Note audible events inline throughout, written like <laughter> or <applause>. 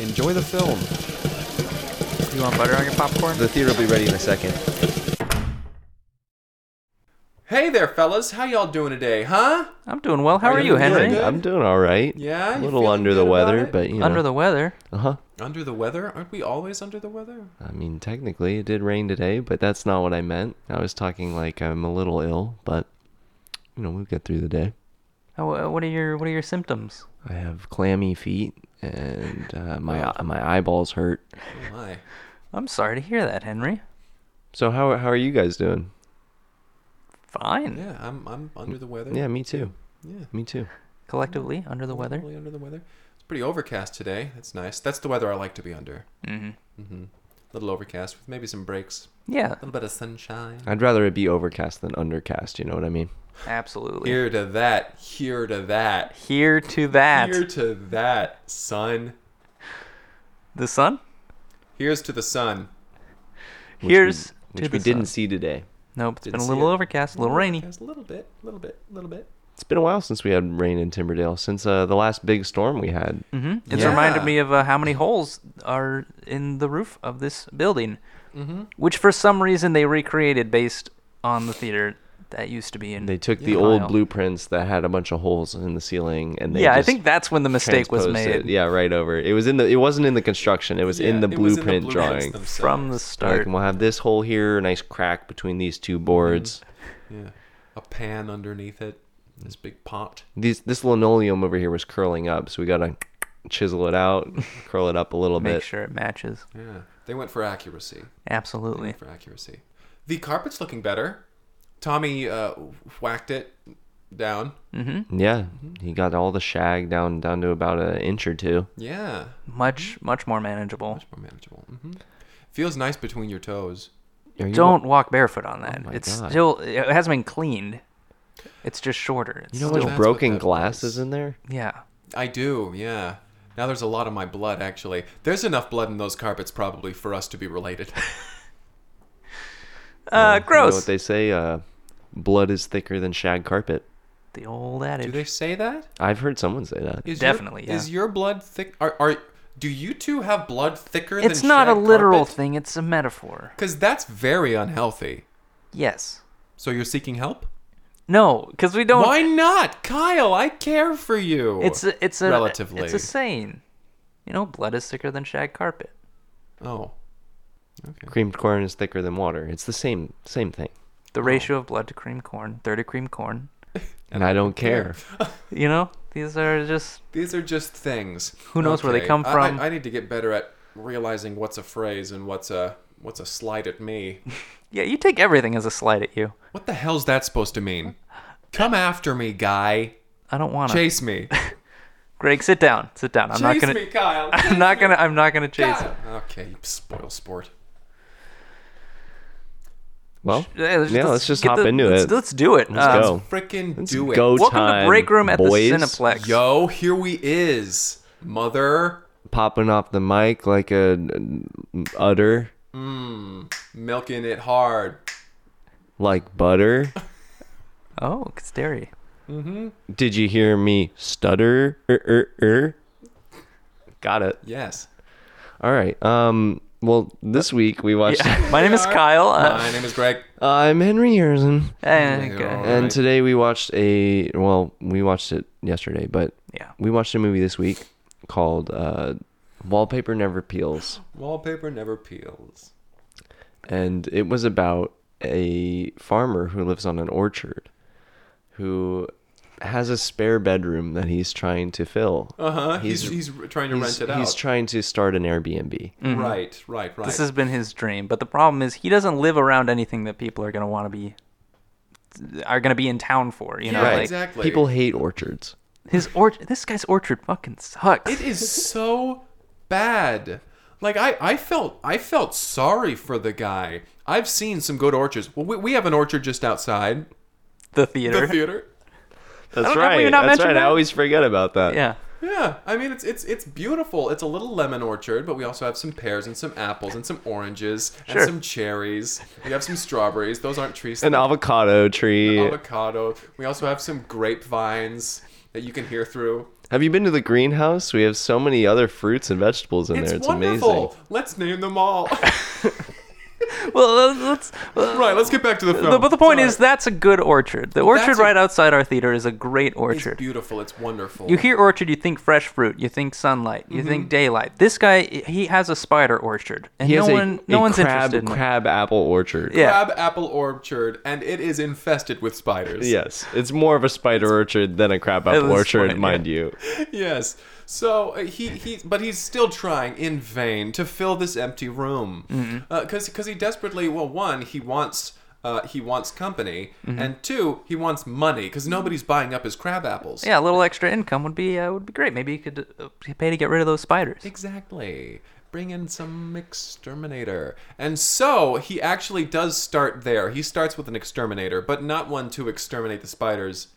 Enjoy the film. You want butter on your popcorn? The theater will be ready in a second. Hey there, fellas. How y'all doing today, huh? I'm doing well. How are, Are you you, Henry? good? I'm doing all right. Yeah, A you little feeling under good the about weather, it? but you know. Under the weather. Uh huh. Under the weather? Aren't we always under the weather? I mean, technically, it did rain today, but that's not what I meant. I was talking like I'm a little ill, but you know, we'll get through the day. How, uh, what are your What are your symptoms? I have clammy feet, and Oh, uh, my my eyeballs hurt. Oh my. I'm sorry to hear that, Henry. So how how are you guys doing? Fine. Yeah, I'm I'm under the weather. Yeah, me too. Yeah. Me too. Collectively, under the weather. Really under the weather. It's pretty overcast today. That's nice. That's the weather I like to be under. Mm-hmm. hmm A little overcast with maybe some breaks, Yeah, a little bit of sunshine. I'd rather it be overcast than undercast. You know what I mean? absolutely. Here, Here to that. Here to that. to that. Here to that, son. The sun. Here's to the sun. Which Here's we, to which we the didn't sun. see today. Nope, it's been a Didn't see little it. overcast, a little rainy. Overcast, a little bit, a little bit, a little bit. It's been a while since we had rain in Timberdale. Since uh, the last big storm we had. hmm It's Yeah. reminded me of uh, how many holes are in the roof of this building, mm-hmm. which for some reason they recreated based on the theater that used to be in. They took the Yeah. old Kyle. blueprints that had a bunch of holes in the ceiling, and they yeah, I just think that's when the mistake was transposed made It. Yeah, right over. It was in the. It wasn't in the construction. It was in the Yeah, it was blueprint blueprints drawing. themselves. from the Like, start. and we'll have this hole here, a nice crack between these two boards. Mm-hmm. Yeah. A pan underneath it. This Mm. big pot. These this linoleum over here was curling up, so we gotta chisel <laughs> it out, curl it up a little Make bit. sure it matches. Yeah. They went for accuracy. They Absolutely. went for accuracy. The carpet's looking better. Tommy uh, whacked it down. Mm-hmm. Yeah, he got all the shag down down to about an inch or two. Yeah. Much, Mm-hmm. much more manageable. Much more manageable. hmm Feels nice between your toes. Are you- Don't walk barefoot on that. Oh my it's God. still it hasn't been cleaned. It's just shorter. It's You know Well, how that's much what broken that glass was. is in there? yeah. I do, yeah. Now there's a lot of my blood, actually. There's enough blood in those carpets probably for us to be <laughs> related. Uh, You know gross. what they say? Uh, blood is thicker than shag carpet. the old do adage. they say that? I've heard someone say that. Is Definitely, Your, yeah. Is your blood thick? Are, are do you two have blood thicker? It's than not a shag literal carpet? thing. It's a metaphor. Because that's very unhealthy. Yes. So you're seeking help? No, because we don't. Why not, Kyle? I care for you. Oh. It's a, it's a Relatively. It's a saying. You know, blood is thicker than shag carpet. oh, okay. Creamed corn is thicker than water. It's the same same thing. The Oh. ratio of blood to cream corn, thirty cream corn. And I don't care. You know, these are just <laughs> These are just things. Who knows where they come I- I- from? I, need to get better at realizing what's a phrase and what's a what's a slight at me. <laughs> yeah. You take everything as a slight at you. What the hell's that supposed to mean? Come after me, guy. I don't want to. Chase <laughs> me. Greg, sit down. Sit down. I'm not Chase gonna. me, Kyle. <laughs> I'm not gonna. I'm not gonna chase. Kyle. Okay, you spoil sport. Well, um, Yeah, let's, yeah, let's just get hop the- into let's, it. Let's do it. Um, Let's go. Frickin' Let's do it. go Welcome time, to Break Room at boys. the Cineplex. Yo, here we is, mother. Popping off the mic like a udder, Milking it hard. like butter. Oh, it's dairy. Did you hear me stutter? Er, er, er. Got it. Yes. All right. Um. Well, this week we watched. <laughs> My <laughs> name is Kyle. Uh, My name is Greg. I'm Henry Harrison, and, You're all uh, right. and today we watched a. Well, we watched it yesterday, but yeah. we watched a movie this week called uh, "Wallpaper Never Peels." Wallpaper never peels. and it was about a farmer who lives on an orchard who has a spare bedroom that he's trying to fill. Uh huh. He's, He's- he's trying to rent He's, it out. he's trying to start an Airbnb. Right, right, right. This has been his dream, but the problem is he doesn't live around anything that people are gonna want to be are gonna be in town for. You know, Yeah, like exactly. People hate orchards. his orchard. This guy's orchard fucking sucks. It is so bad. Like I, I felt I felt sorry for the guy. I've seen some good orchards. Well, we, we have an orchard just outside the theater. the theater. That's don't- have we not mentioned I that? always forget about that. Yeah. Yeah, I mean it's it's it's beautiful. It's a little lemon orchard, but we also have some pears and some apples and some oranges and Sure. some cherries. We have some strawberries. Those aren't trees. An avocado tree. avocado. We also have some grapevines. that you can hear through. Have you been to the greenhouse? We have so many other fruits and vegetables in there. It's amazing. Let's name them all. <laughs> Well, let's. let's right, let's get back to the film. the- but the point Sorry. is, that's a good orchard. The orchard a- right outside our theater is a great it's orchard. beautiful. It's wonderful. You hear orchard, you think fresh fruit, you think sunlight, you Mm-hmm. think daylight. This guy, he has a spider orchard, and He no has a, one, no a one's crab, interested. In it. crab apple orchard. Yeah. crab apple orchard, and it is infested with spiders. Yes, it's more of a spider orchard than a crab apple this orchard, point, mind you. <laughs> yes. So uh, he he, but he's still trying in vain to fill this empty room Mm-hmm. because because he desperately well one he wants. Uh, he wants company, Mm-hmm. and two, he wants money because nobody's buying up his crab apples. Yeah, a little extra income would be uh, would be great. Maybe you could uh, pay to get rid of those spiders. Exactly. Bring in some exterminator. And so he actually does start there. He starts with an exterminator, but not one to exterminate the spiders,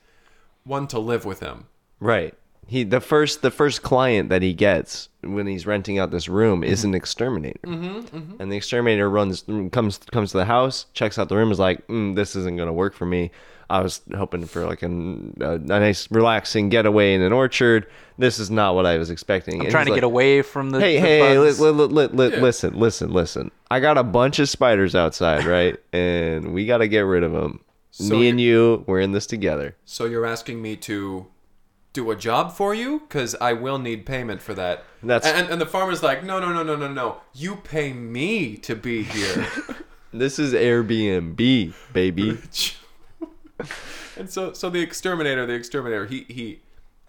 one to live with him. Right. He the first the first client that he gets when he's renting out this room is an exterminator, Mm-hmm, and the exterminator runs comes comes to the house, checks out the room, is like, mm, "This isn't going to work for me." I was hoping for like an, a, a nice relaxing getaway in an orchard. This is not what I was expecting. I'm trying to get away from the. Hey, the hey, hey, li- bugs. li- li- li- li- listen, listen, listen. I got a bunch of spiders <laughs> outside, right? and we got to get rid of them. So Me and you, we're in this together. So you're asking me to do a job for you? Because I will need payment for that. That's- and, and the farmer's like, no, no, no, no, no, no. You pay me to be here. This is Airbnb, baby. and so so the exterminator the exterminator he he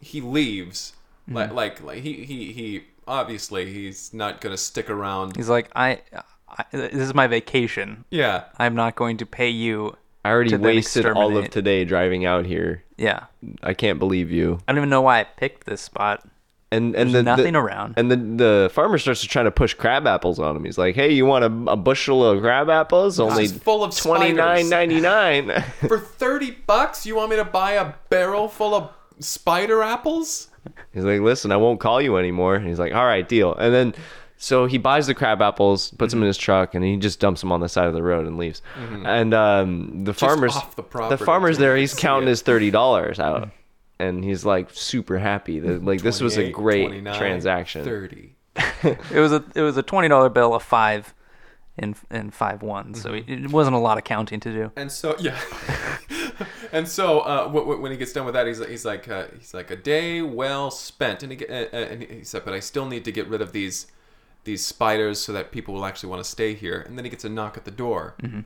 he leaves Hmm. like, like like he he he obviously he's not gonna stick around He's like, I, I, this is my vacation. yeah I'm not going to pay you. I already to then wasted all of exterminate. today driving out here. Yeah, I can't believe you. I don't even know why I picked this spot. And and the, nothing the, around. And the the farmer starts trying to push crab apples on him. He's like, "Hey, you want a, a bushel of crab apples? Only is full of twenty nine spiders." ninety nine. <laughs> for 30 bucks you want me to buy a barrel full of spider apples He's like, "Listen, I won't call you anymore." And he's like, "All right, deal." And then so he buys the crab apples, puts Mm-hmm. them in his truck, and he just dumps them on the side of the road and leaves. And um, the farmer's off the property, farmer's too. Mm-hmm. <laughs> there. He's See counting it. his thirty dollars out, and he's like super happy that like this was a 28, great 29, transaction. 30 It was a it was a twenty dollar bill, a five, and and five one. So it, Mm-hmm. it wasn't a lot of counting <laughs> to do. And so yeah, and so uh, w- w- when he gets done with that, he's he's like uh, he's like a day well spent, and he ge- uh, uh, and he said, but I still need to get rid of these these spiders so that people will actually want to stay here. And then he gets a knock at the door, and,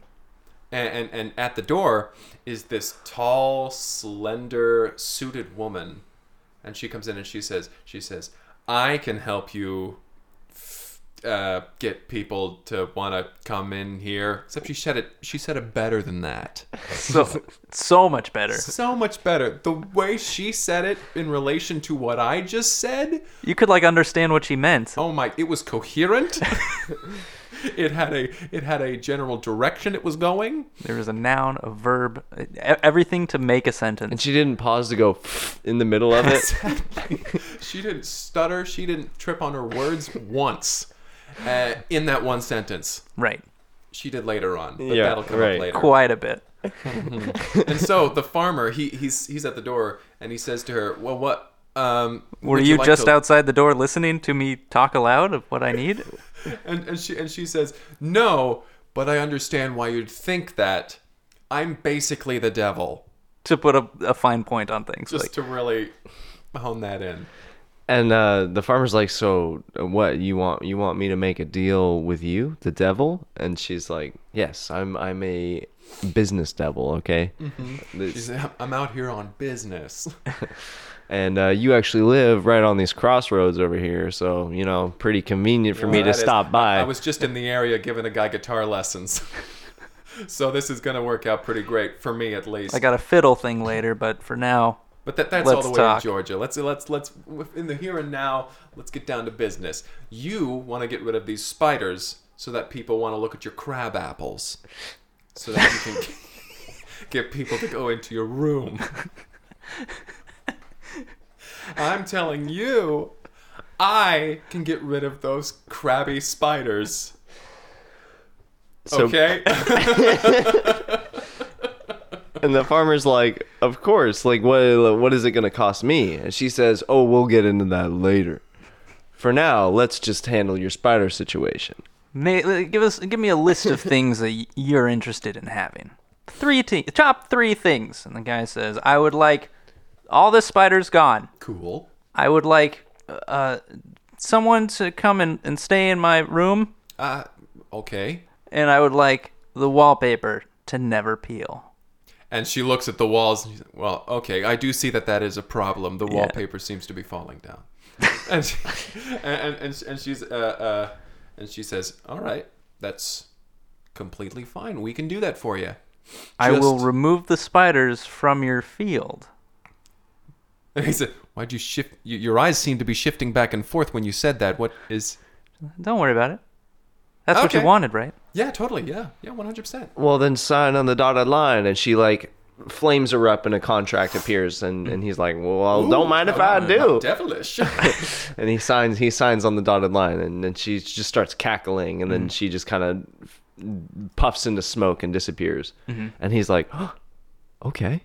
and and at the door is this tall, slender, suited woman, and she comes in and she says she says I can help you. f- Uh, get people to want to come in here. Except she said it. She said it better than that So so much better. so much better. The way she said it in relation to what I just said, You could like understand what she meant. oh my, it was coherent. <laughs> it had a it had a general direction it was going. There was a noun, a verb, e- everything to make a And sentence. she didn't pause to go <laughs> in the middle of it. She didn't stutter, she didn't trip on her words once. Uh, in that one sentence. Right. She did later on, but Yeah, that'll come right. up later. Quite a bit. And so the farmer, he he's he's at the door and he says to her, "Well, what um Were would you, like just to- outside the door listening to me talk aloud of what <laughs> I need? and, and she and she says, "No, but I understand why you'd think that. I'm basically the devil." to put a, a fine point on things. Just like, to really hone that in. And uh, the farmer's like, "So uh, what you want? You want me to make a deal with you, the devil?" And she's like, "Yes, I'm. I'm a business devil. Okay, She This- said, "I'm- "I'm out here on business." and uh, you actually live right on these crossroads over here, so you know, pretty convenient for me Well, to that is- stop by." I was just in the area giving a guy guitar lessons. <laughs> So this is gonna work out pretty great for me at least. I got a fiddle thing later, but for now, But that, that's all Let's the way talk. in Georgia. Let's let's let's in the here and now. Let's get down to business. You want to get rid of these spiders so that people want to look at your crab apples, so that you can <laughs> g- get people to go into your room. <laughs> I'm telling you, I can get rid of those crabby spiders. so, okay. And the farmer's like, "Of course. Like, what what is it going to cost me?" And she says, "Oh, we'll get into that later. For now, let's just handle your spider situation." May, uh, give us give me a <laughs> list of things that y- you're interested in having. Three t- top three things. And the guy says, "I would like all the spiders gone. <laughs> Cool. I would like uh, someone to come and, and stay in my room, Uh, okay. and I would like the wallpaper to never peel." And she looks at the walls. And she's like, well, okay, I do see that that is a problem. The wallpaper seems to be falling down. and, she, and, and and she's uh, uh, and she says, "All right, that's completely fine. We can do that for you." I will Just- remove the spiders from your field. And he said, "Why'd you shift? You, your eyes seem to be shifting back and forth when you said that. What is? Don't worry about it. That's what you Okay. wanted, right? Yeah, totally. Yeah, yeah, one hundred percent. Well, then sign on the dotted line, and she like flames her up, and a contract appears, and and he's like, "Well, don't mind if I do." Devilish. <laughs> <laughs> And he signs. He signs on the dotted line, and then she just starts cackling, Mm-hmm. and then she just kind of puffs into smoke and disappears. Mm-hmm. And he's like, "Huh, "Okay,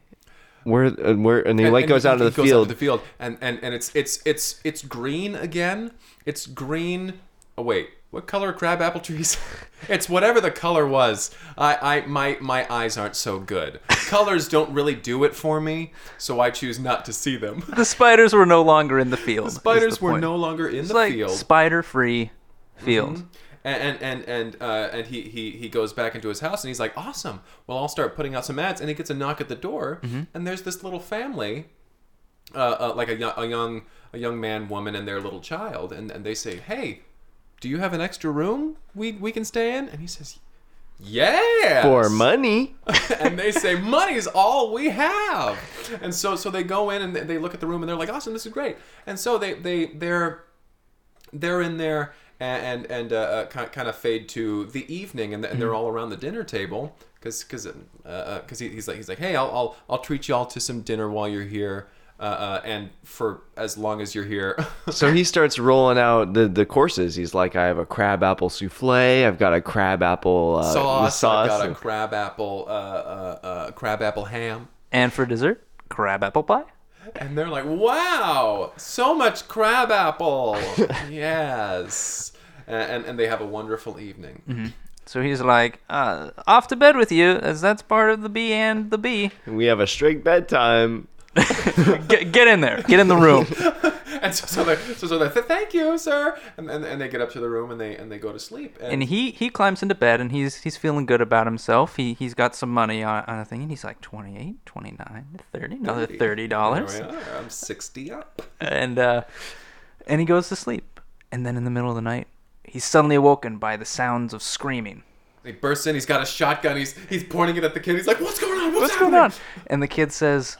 where and where?" And he And- like and goes he- out into he the field. to the field, and, and and it's it's it's it's green again. It's green. Oh wait, what color are crab apple trees? <laughs> it's whatever the color was. I I my my eyes aren't so good. Colors don't really do it for me, so I choose not to see them. <laughs> The spiders were no longer in the field. is the Spiders were point. no longer in It's the like field. spider-free field. and and and and, uh, and he, he he goes back into his house and he's like awesome well i'll start putting out some ads and he gets a knock at the door and there's this little family uh, uh, like a, yo- a young a young man woman and their little child and, and they say hey do you have an extra room we we can stay in and he says yeah for money. <laughs> and they say money's all we have and so so they go in and they- they look at the room and they're like awesome this is great and so they they they're they're in there and and, and uh, uh, ki- kind of fade to the evening and, th- and they're all around the dinner table because because uh, he, he's like he's like hey I'll, I'll I'll treat y'all to some dinner while you're here uh, uh, and for as long as you're here <laughs> So he starts rolling out the, the courses. He's like, I have a crab apple souffle. I've got a crab apple uh, sauce, I've sauce. got a crab apple uh, uh, uh, crab apple ham And for dessert, crab apple pie. And they're like, wow, so much crab <laughs> apple. yes. And, and, and they have a wonderful evening. So he's like, uh, off to bed with you, as that's part of the bee and the bee. we have a strict bedtime. Get, get in there. Get in the room. Mm-hmm. <laughs> And so, so they so, so they say, thank you, sir. And, and, and they get up to the room and they and they go to sleep. And, and he, he climbs into bed and he's he's feeling good about himself. He, he's got some money on, on a thing and he's like 28, 29, 30, another There $30. we are. I'm 60 up. and uh, and he goes to sleep. And then in the middle of the night, he's suddenly awoken by the sounds of screaming. He bursts in. He's got a shotgun. He's he's pointing it at the kid. He's like, what's going on? What's, What's happening? going on? And the kid says,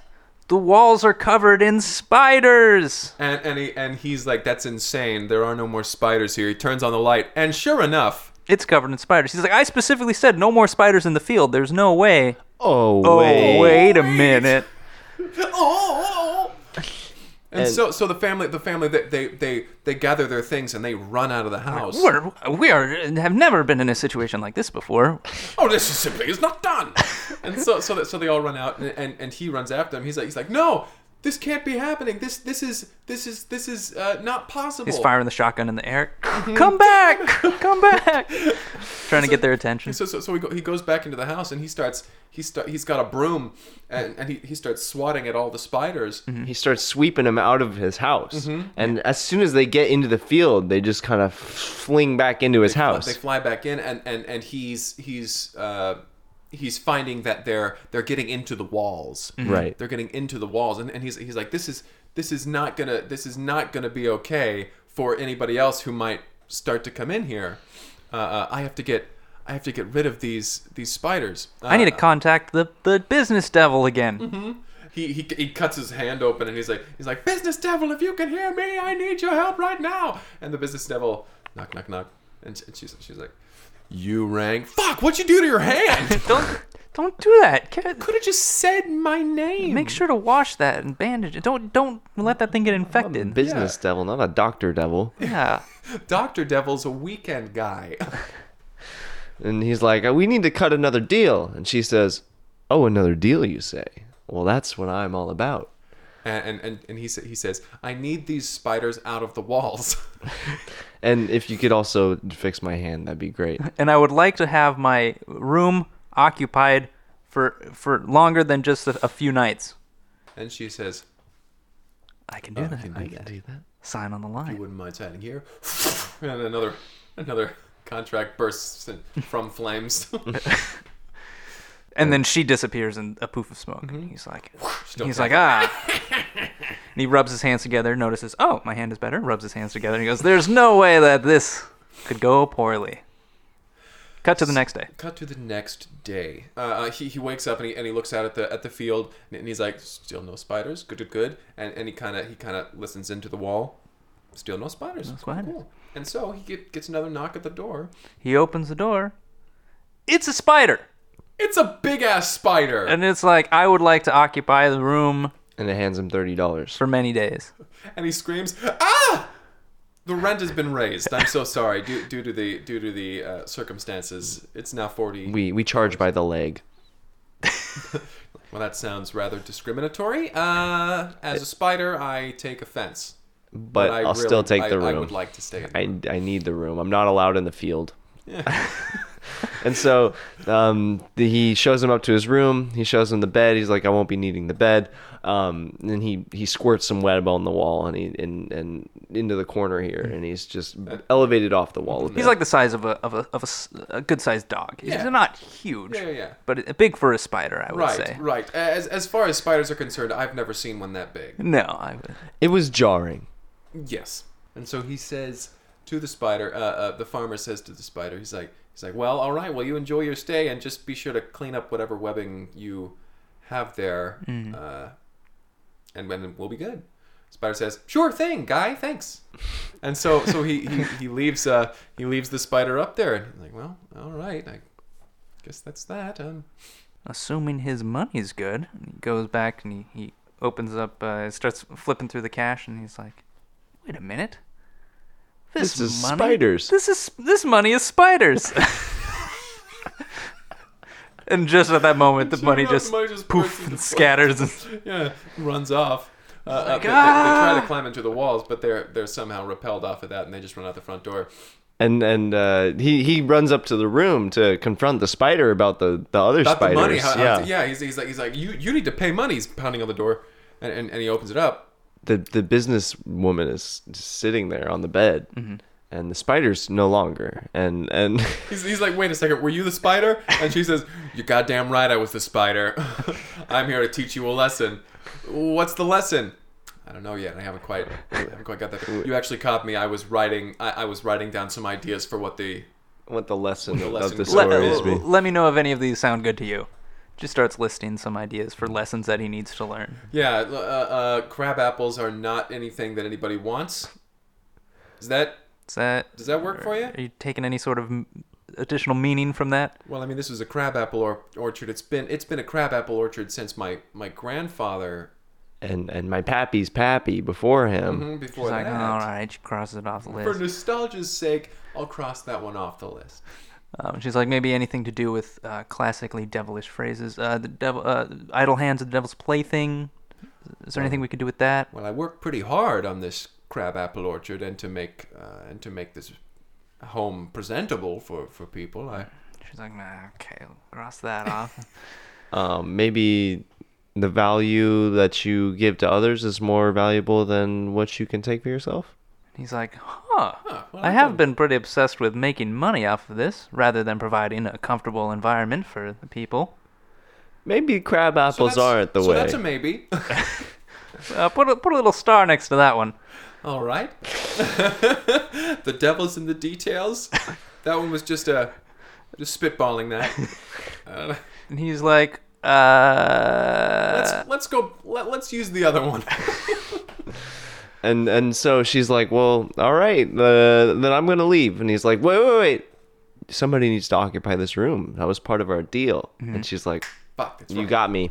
"The walls are covered in spiders." And and he and he's like, that's insane. There are no more spiders here. He turns on the light, and sure enough, It's covered in spiders. He's like, "I specifically said no more spiders in the field. There's no way." Oh, Oh, wait. wait a minute. <laughs> oh. And, And- so, so the family, the family, they, they, they, they gather their things and they run out of the house. We're, we are have never been in a situation like this before. Oh, this is simply is not done. <laughs> and so, so, that, so they all run out, and, and, and he runs after them. He's like, he's like, no, this can't be happening. This, this is, this is, this is uh, not possible. He's firing the shotgun in the air. Come back! Come <laughs> back! Trying to get their attention. So, so, so he, go, he goes back into the house and he starts, he start, he's got a broom, and, and he, he starts swatting at all the spiders. He starts sweeping them out of his house. Mm-hmm. And as soon as they get into the field, they just kind of fling back into his house. They fly back in, and and and he's he's uh, he's finding that they're they're getting into the walls. Right. They're getting into the walls, and, and he's he's like, this is this is not gonna this is not gonna be okay for anybody else who might start to come in here. Uh, uh, I have to get I have to get rid of these these spiders. Uh, I need to contact the, the business devil again. he, he, he cuts his hand open and he's like he's like business devil if you can hear me I need your help right now and the business devil knock knock knock and sh- she's she's like you rang fuck what'd you do to your hand <laughs> Don't don't do that. Ca- could have just said my name Make sure to wash that and bandage it. Don't don't let that thing get infected. Business devil, not a doctor devil. Yeah. Doctor Devil's a weekend guy <laughs> And he's like, We need to cut another deal. And she says, Oh, another deal, you say? Well, that's what I'm all about. And and, and, and he sa- he says, "I need these spiders out of the walls." <laughs> And if you could also fix my hand, that'd be great. and I would like to have my room occupied for for longer than just a, a few nights. and she says, I can do that. Oh, can do I can that. do that. Sign on the "You line. wouldn't mind signing here." <laughs> and another another contract bursts in- from flames. <laughs> And then she disappears in a poof of smoke. And he's like, Mm-hmm. Still he's like, ah. <laughs> and he rubs his hands together, notices, oh, my hand is better. Rubs his hands together, and he goes, there's no way that this could go poorly. Cut to the next day. Cut to the next day. Uh, Uh, he, he wakes up and he, and he looks out at the at the field and, and he's like, "Still no spiders. Good, good, good." And and he kind of he kind of listens into the wall. Still no spiders. No spiders. And so he get, gets another knock at the door. He opens the door. It's a spider, It's a big ass spider. and it's like I would like to occupy the room And it hands him thirty dollars. for many days. and he screams, "Ah!" The rent has been raised. I'm so sorry due, due to the due to the uh, circumstances. It's now forty. We we charge by the leg. Well, that sounds rather discriminatory. Uh, as a spider, I take offense. But, I I'll still really- take I- the room. I would like to stay. In the I, I need the room. I'm not allowed in the field. <laughs> and so um, the, he shows him up to his room. He shows him the bed. He's like, I won't be needing the bed. Um, and he, he squirts some web on the wall and, he, and, and into the corner here. And he's just elevated off the wall a bit. He's like the size of a of a of a s- a, good sized dog. He's Yeah. not huge, Yeah, yeah, yeah. but i- big for a spider, I would Right, say. right. As, as far as spiders are concerned, I've never seen one that big. No, I would. it was jarring. Yes. And so he says to the spider, uh, uh, the farmer says to the spider, he's like, he's like, well, all right, well, you enjoy your stay and just be sure to clean up whatever webbing you have there, Mm-hmm. uh, and then we'll be good. Spider says, sure thing, guy, thanks. And so, so he, he, he leaves, uh, he leaves the spider up there and he's like, well, all right, I guess that's that. Um, Assuming his money's good, and he goes back and he, he opens up, uh, starts flipping through the cash, and he's like, "Wait a minute, This is spiders." This is this money is spiders." and just at that moment, the money just poof and scatters. And, yeah, runs off. Uh, uh, like, they, they- they try "Ah!" to climb into the walls, but they're they're somehow repelled off of that, and they just run out the front door. And and uh, he, he runs up to the room to confront the spider about the, the other About spiders. the money, how- yeah. how- yeah. He's, he's like he's like you you need to pay money. He's pounding on the door, and and, and he opens it up. the the business woman is sitting there on the bed and the spider's no longer and and <laughs> He's, he's like, wait a second, were you the spider? And she says, you're goddamn right, I was the spider. <laughs> I'm here to teach you a lesson. What's the lesson? I don't know yet. I haven't quite, I haven't quite got that. You actually caught me. I was writing, I, I was writing down some ideas for what the what the lesson, lesson of the goes. let, story is l- let me know if any of these sound good to you. Just starts listing some ideas for lessons that he needs to learn. Yeah, uh, uh, crab apples are not anything that anybody wants. Is that? Is that Does that work for you? Are you taking any sort of m- additional meaning from that? Well, I mean, this was a crab apple or- orchard. It's been it's been a crab apple orchard since my my grandfather and and my pappy's pappy before him mhm, before He's like, that. oh, all right, she crosses it off the For list. nostalgia's sake, I'll cross that one off the list. Um, she's like, maybe anything to do with uh, classically devilish phrases. Uh, the devil, uh, idle hands of the devil's plaything. Is there anything we could do with that? Well, I worked pretty hard on this crab apple orchard and to make uh, and to make this home presentable for for people. I She's like, nah, okay, we'll cross that off. um maybe the value that you give to others is more valuable than what you can take for yourself He's like, huh. Huh, well, I I have been pretty obsessed with making money off of this, rather than providing a comfortable environment for the people. maybe crab apples that's- aren't the so way that's a maybe. Uh, put a, put a little star next to that one. All right. <laughs> the devil's in the details. That one was just a just spitballing that. I don't know. And he's like, uh, Let's let's go. Let, let's use the other one. and and so she's like well all right uh, then i'm gonna leave and he's like wait wait wait somebody needs to occupy this room that was part of our deal and she's like Fuck. That's you right. got me.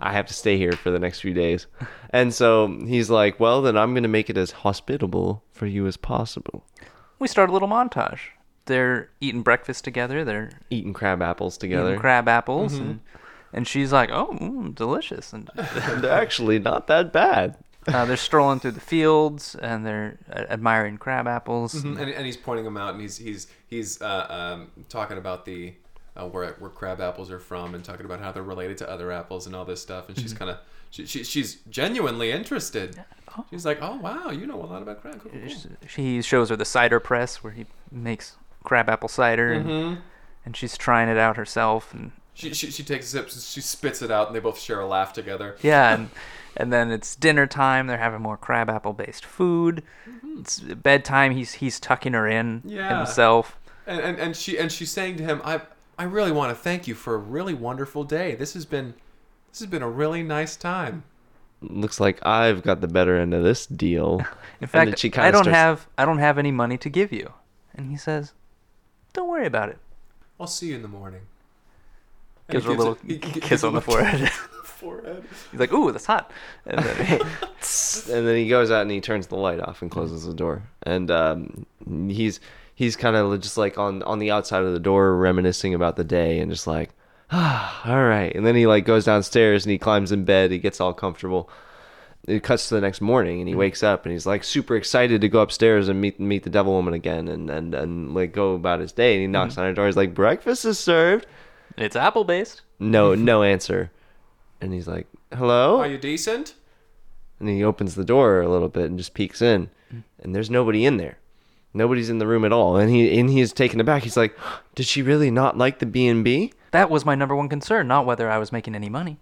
I have to stay here for the next few <laughs> days. And so he's like, well, then I'm going to make it as hospitable for you as possible. we start a little montage. They're eating breakfast together. They're Eating crab apples eating together. Mm-hmm. crab apples, and And she's like, "Oh, mm, delicious!" And <laughs> They're actually not that bad. uh, they're strolling through the fields and they're uh, admiring crab apples. Mhm, And, and he's pointing them out, and he's he's he's uh, um, talking about the uh, where where crab apples are from, and talking about how they're related to other apples and all this stuff. And she's kind of she, she, she's genuinely interested. Oh. She's like, "Oh wow, you know a lot about crab." Cool, cool, cool." He shows her the cider press where he makes crab apple cider, and, and she's trying it out herself. And She, she she takes sips, and she spits it out, and they both share a laugh together. yeah, and, <laughs> and then it's dinner time. They're having more crab apple based food. It's bedtime. He's he's tucking her in Yeah. himself. And, and and she and she's saying to him, "I I really want to thank you for a really wonderful day. This has been this has been a really nice time." Looks like I've got the better end of this deal. In And then fact, she kinda I don't starts- have I don't have any money to give you. And he says, "Don't worry about it." I'll see you in the morning. And Gives he her a little he gi- gives kiss her on a the little forehead. <laughs> forehead. He's like, "Ooh, that's hot." And then, <laughs> and then he goes out and he turns the light off and closes the door. And um, he's he's kind of just like on on the outside of the door, reminiscing about the day and just like, <sighs> ah, all right. And then he like goes downstairs and he climbs in bed. He gets all comfortable. It cuts to the next morning Mm-hmm. and he wakes up and he's like super excited to go upstairs and meet meet the devil woman again and and and like go about his day. And he knocks Mm-hmm. on her door. He's like, breakfast is served. it's apple based. No, no answer. And he's like, hello. Are you decent? and he opens the door a little bit and just peeks in and there's nobody in there nobody's in the room at all and he and he is taken aback he's like did she really not like the b&b That was my number one concern, not whether I was making any money.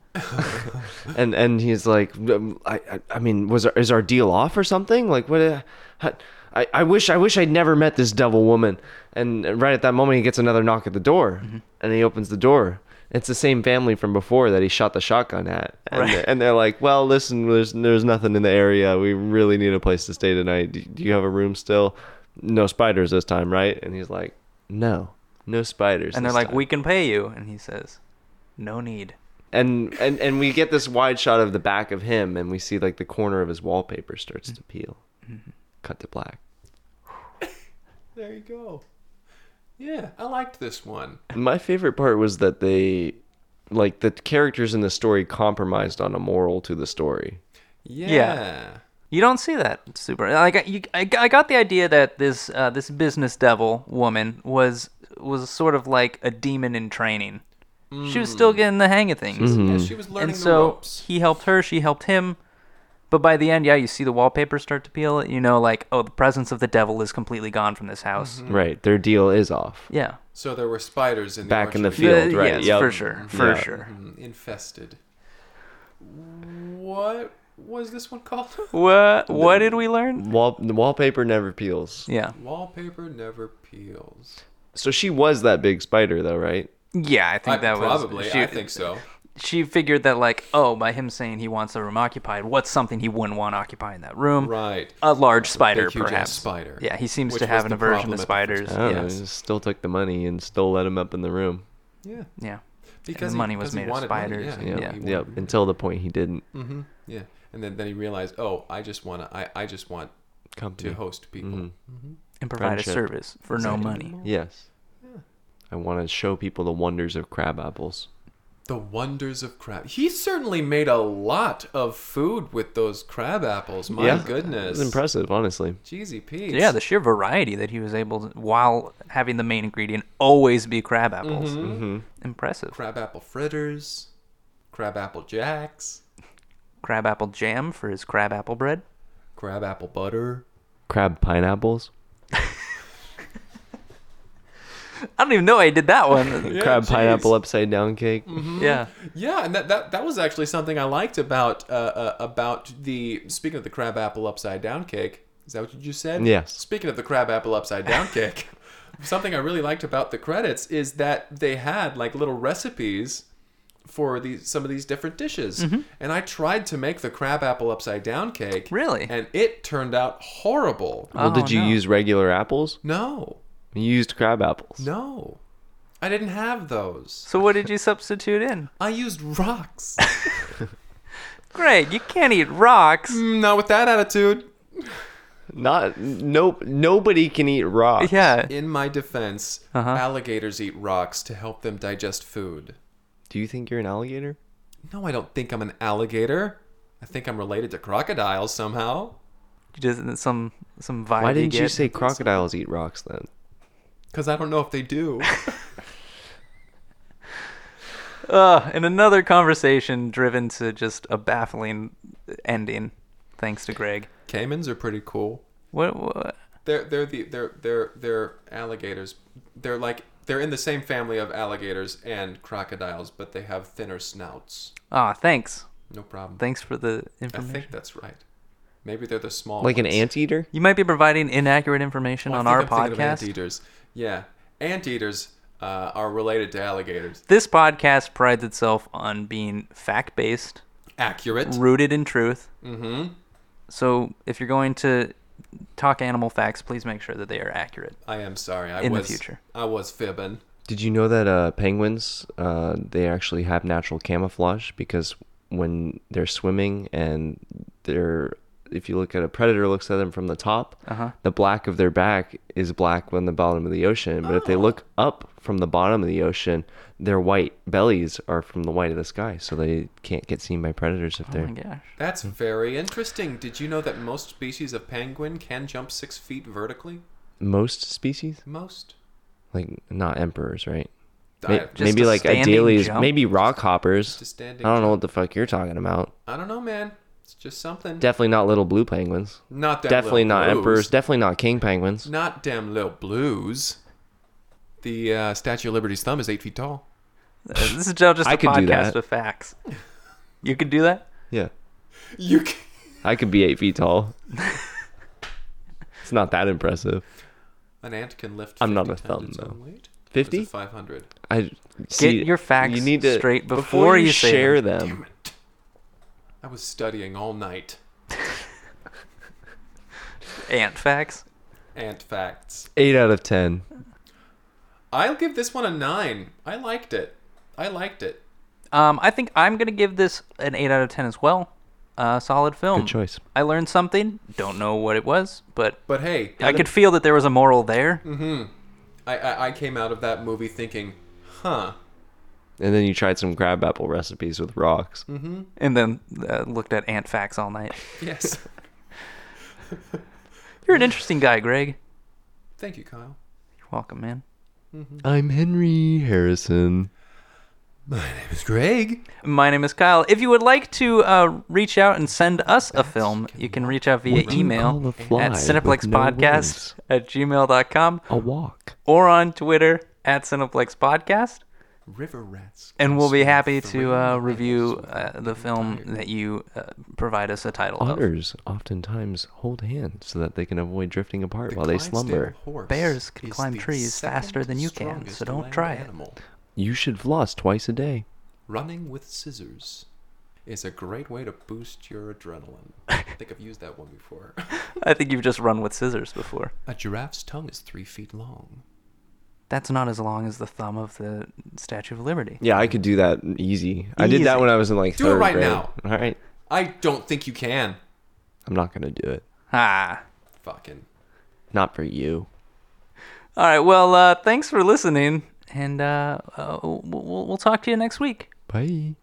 and and he's like um, i i, I mean was our, is our deal off or something like what uh, how- I, I wish I wish I'd never met this devil woman. And right at that moment, he gets another knock at the door, Mm-hmm. and he opens the door. It's the same family from before that he shot the shotgun at, and, Right. and they're like, "Well, listen, there's there's nothing in the area. We really need a place to stay tonight. Do, do you have a room still? No spiders this time, right?" And he's like, "No, no spiders." And they're this like, time." "We can pay you," and he says, "No need." and and and we get this wide shot of the back of him and we see like the corner of his wallpaper starts to peel cut to black There you go. Yeah, I liked this one. my favorite part was that they like the characters in the story compromised on a moral to the story Yeah. You don't see that It's super. Like you, I, I got the idea that this uh, this business devil woman was was sort of like a demon in training. She was still getting the hang of things, Yeah, she was learning Hmm. and so the ropes. he helped her. She helped him. But by the end, yeah, you see the wallpaper start to peel. You know, like oh, the presence of the devil is completely gone from this house. Mm-hmm. right their deal is off Yeah, So there were spiders in the Back in the orchard. Field, The- right, yes, yep. for sure, for Yeah. sure. Mm, infested. What was this one called? <laughs> What what did we learn? Wall, the wallpaper never peels Yeah, Wallpaper never peels. so she was that big spider though right yeah, I I- think that was probably. she- I think so. she figured that like oh by him saying he wants the room occupied what's something he wouldn't want occupying that room Right. a large spider huge ass perhaps spider, yeah he seems which to have was an the problem aversion to at the spiders i don't know, yes. he just still took the money and still let him up in the room Yeah. yeah Because the he- money was because he made of wanted money, spiders, Yeah. yeah and- yeah, he yep. wanted- until the point he didn't Mhm, yeah. And then, then he realized, oh, I just want to. I, I just want come to host people. and provide a Friendship. service for no money yes i want to show people the wonders of crab apples The wonders of crab. He certainly made a lot of food with those crab apples. My goodness. It's impressive, honestly. Jeezy Pete. yeah the sheer variety that he was able to while having the main ingredient always be crab apples Mm-hmm. Mm-hmm. impressive crab apple fritters, crab apple jacks, crab apple jam for his crab apple bread crab apple butter. Crab pineapples, i don't even know i did that <laughs> one crab jeez. pineapple upside down cake. yeah Yeah, and that, that that was actually something I liked about uh, uh, about the speaking of the crab apple upside down cake. Is that what you just said? Yes. Speaking of the crab apple upside down cake, something I really liked about the credits is that they had like little recipes for these some of these different dishes. And I tried to make the crab apple upside down cake. Really? And it turned out horrible. Well, Oh, did you no. use regular apples? No. You used crab apples. No. I didn't have those. so what did you substitute in I used rocks. great you can't eat rocks Not with that attitude. Not no nobody can eat raw. yeah Uh-huh. In my defense, alligators eat rocks to help them digest food. Do you think you're an alligator? No, I don't think I'm an alligator. I think I'm related to crocodiles somehow. You just some some vibe. Why didn't you get. say crocodiles eat rocks then? Because I don't know if they <laughs> do. Uh, in another conversation driven to just a baffling ending, thanks to Greg. Caimans are pretty cool. What? what They're they're the they're they're they're alligators. They're like they're in the same family of alligators and crocodiles, but they have thinner snouts. ah, thanks. No problem. Thanks for the I information. think that's right. Maybe they're the small Like an ones. anteater? You might be providing inaccurate information Oh, I on think our I'm thinking of podcast. Anteaters. Yeah, anteaters uh, are related to alligators. This podcast prides itself on being fact based, Accurate. rooted in truth. Mm-hmm. So if you're going to talk animal facts, please make sure that they are accurate. I am sorry. I In the was, future. I was fibbing. Did you know that uh, penguins uh, they actually have natural camouflage because when they're swimming and they're if you look at a predator looks at them from the top, Uh-huh. the black of their back is black on the bottom of the ocean. But if they look Oh. up from the bottom of the ocean, their white bellies are from the white of the sky, so they can't get seen by predators if Oh they're. my gosh. That's Hmm. very interesting. Did you know that most species of penguin can jump six feet vertically? Most species, Most. like not emperors, right? I, May- have- Uh, just maybe a like standing ideally, jump? maybe rock hoppers. just a standing. I don't know what the fuck you're talking about. I don't know, man. It's just something. Definitely not little blue penguins. not that definitely little not blues. emperors. Definitely not king penguins. not damn little blues. The uh, Statue of Liberty's thumb is eight feet tall. Uh, This is just a I could do podcast that. of facts. You could do that? Yeah, You. Can- I could be eight feet <laughs> tall. it's not that impressive. An ant can lift. I'm 50 not a times its thumb, own though. weight. Fifty? Or is it 500. I see, your facts you need to, straight before you say share them. them. Damn it. I was studying all night. Ant facts. Ant facts. Eight out of ten. I'll give this one a nine. I liked it. I liked it. Um, I think I'm gonna give this an eight out of ten as well. Uh, solid film. Good choice. I learned something. Don't know what it was, but But hey, I could feel that there was a moral there. I, I, I came out of that movie thinking, huh, And then you tried some crab apple recipes with rocks. Mm-hmm. And then uh, looked at ant facts all night. yes. <laughs> You're an interesting guy, Greg. Thank you, Kyle. You're welcome, man. I'm Henry Harrison. My name is Greg. My name is Kyle. If you would like to uh, reach out and send us a film, you can reach out via What do you email call a at fly with no cineplexpodcast wings? at gmail.com A walk. or on Twitter at cineplexpodcast. River rats. And we'll be happy to Three uh, miles review without uh, the being film tired. that you uh, provide us a title of. Otters oftentimes hold hands so that they can avoid drifting apart The while they Clydesdale slumber. horse Bears can is climb the trees faster second than you can, so strongest don't land try it. animal. You should floss twice a day. Running with scissors is a great way to boost your <laughs> adrenaline. I think I've used that one before. <laughs> I think you've just run with scissors before. A giraffe's tongue is three feet long. That's not as long as the thumb of the Statue of Liberty. Yeah, I could do that easy. I did Easy. that when I was in like Do it third right grade. now. All right, I don't think you can. I'm not gonna do it. Ah. Fucking. Not for you. All right. Well, uh, thanks for listening, and uh, uh, we'll, we'll talk to you next week. Bye.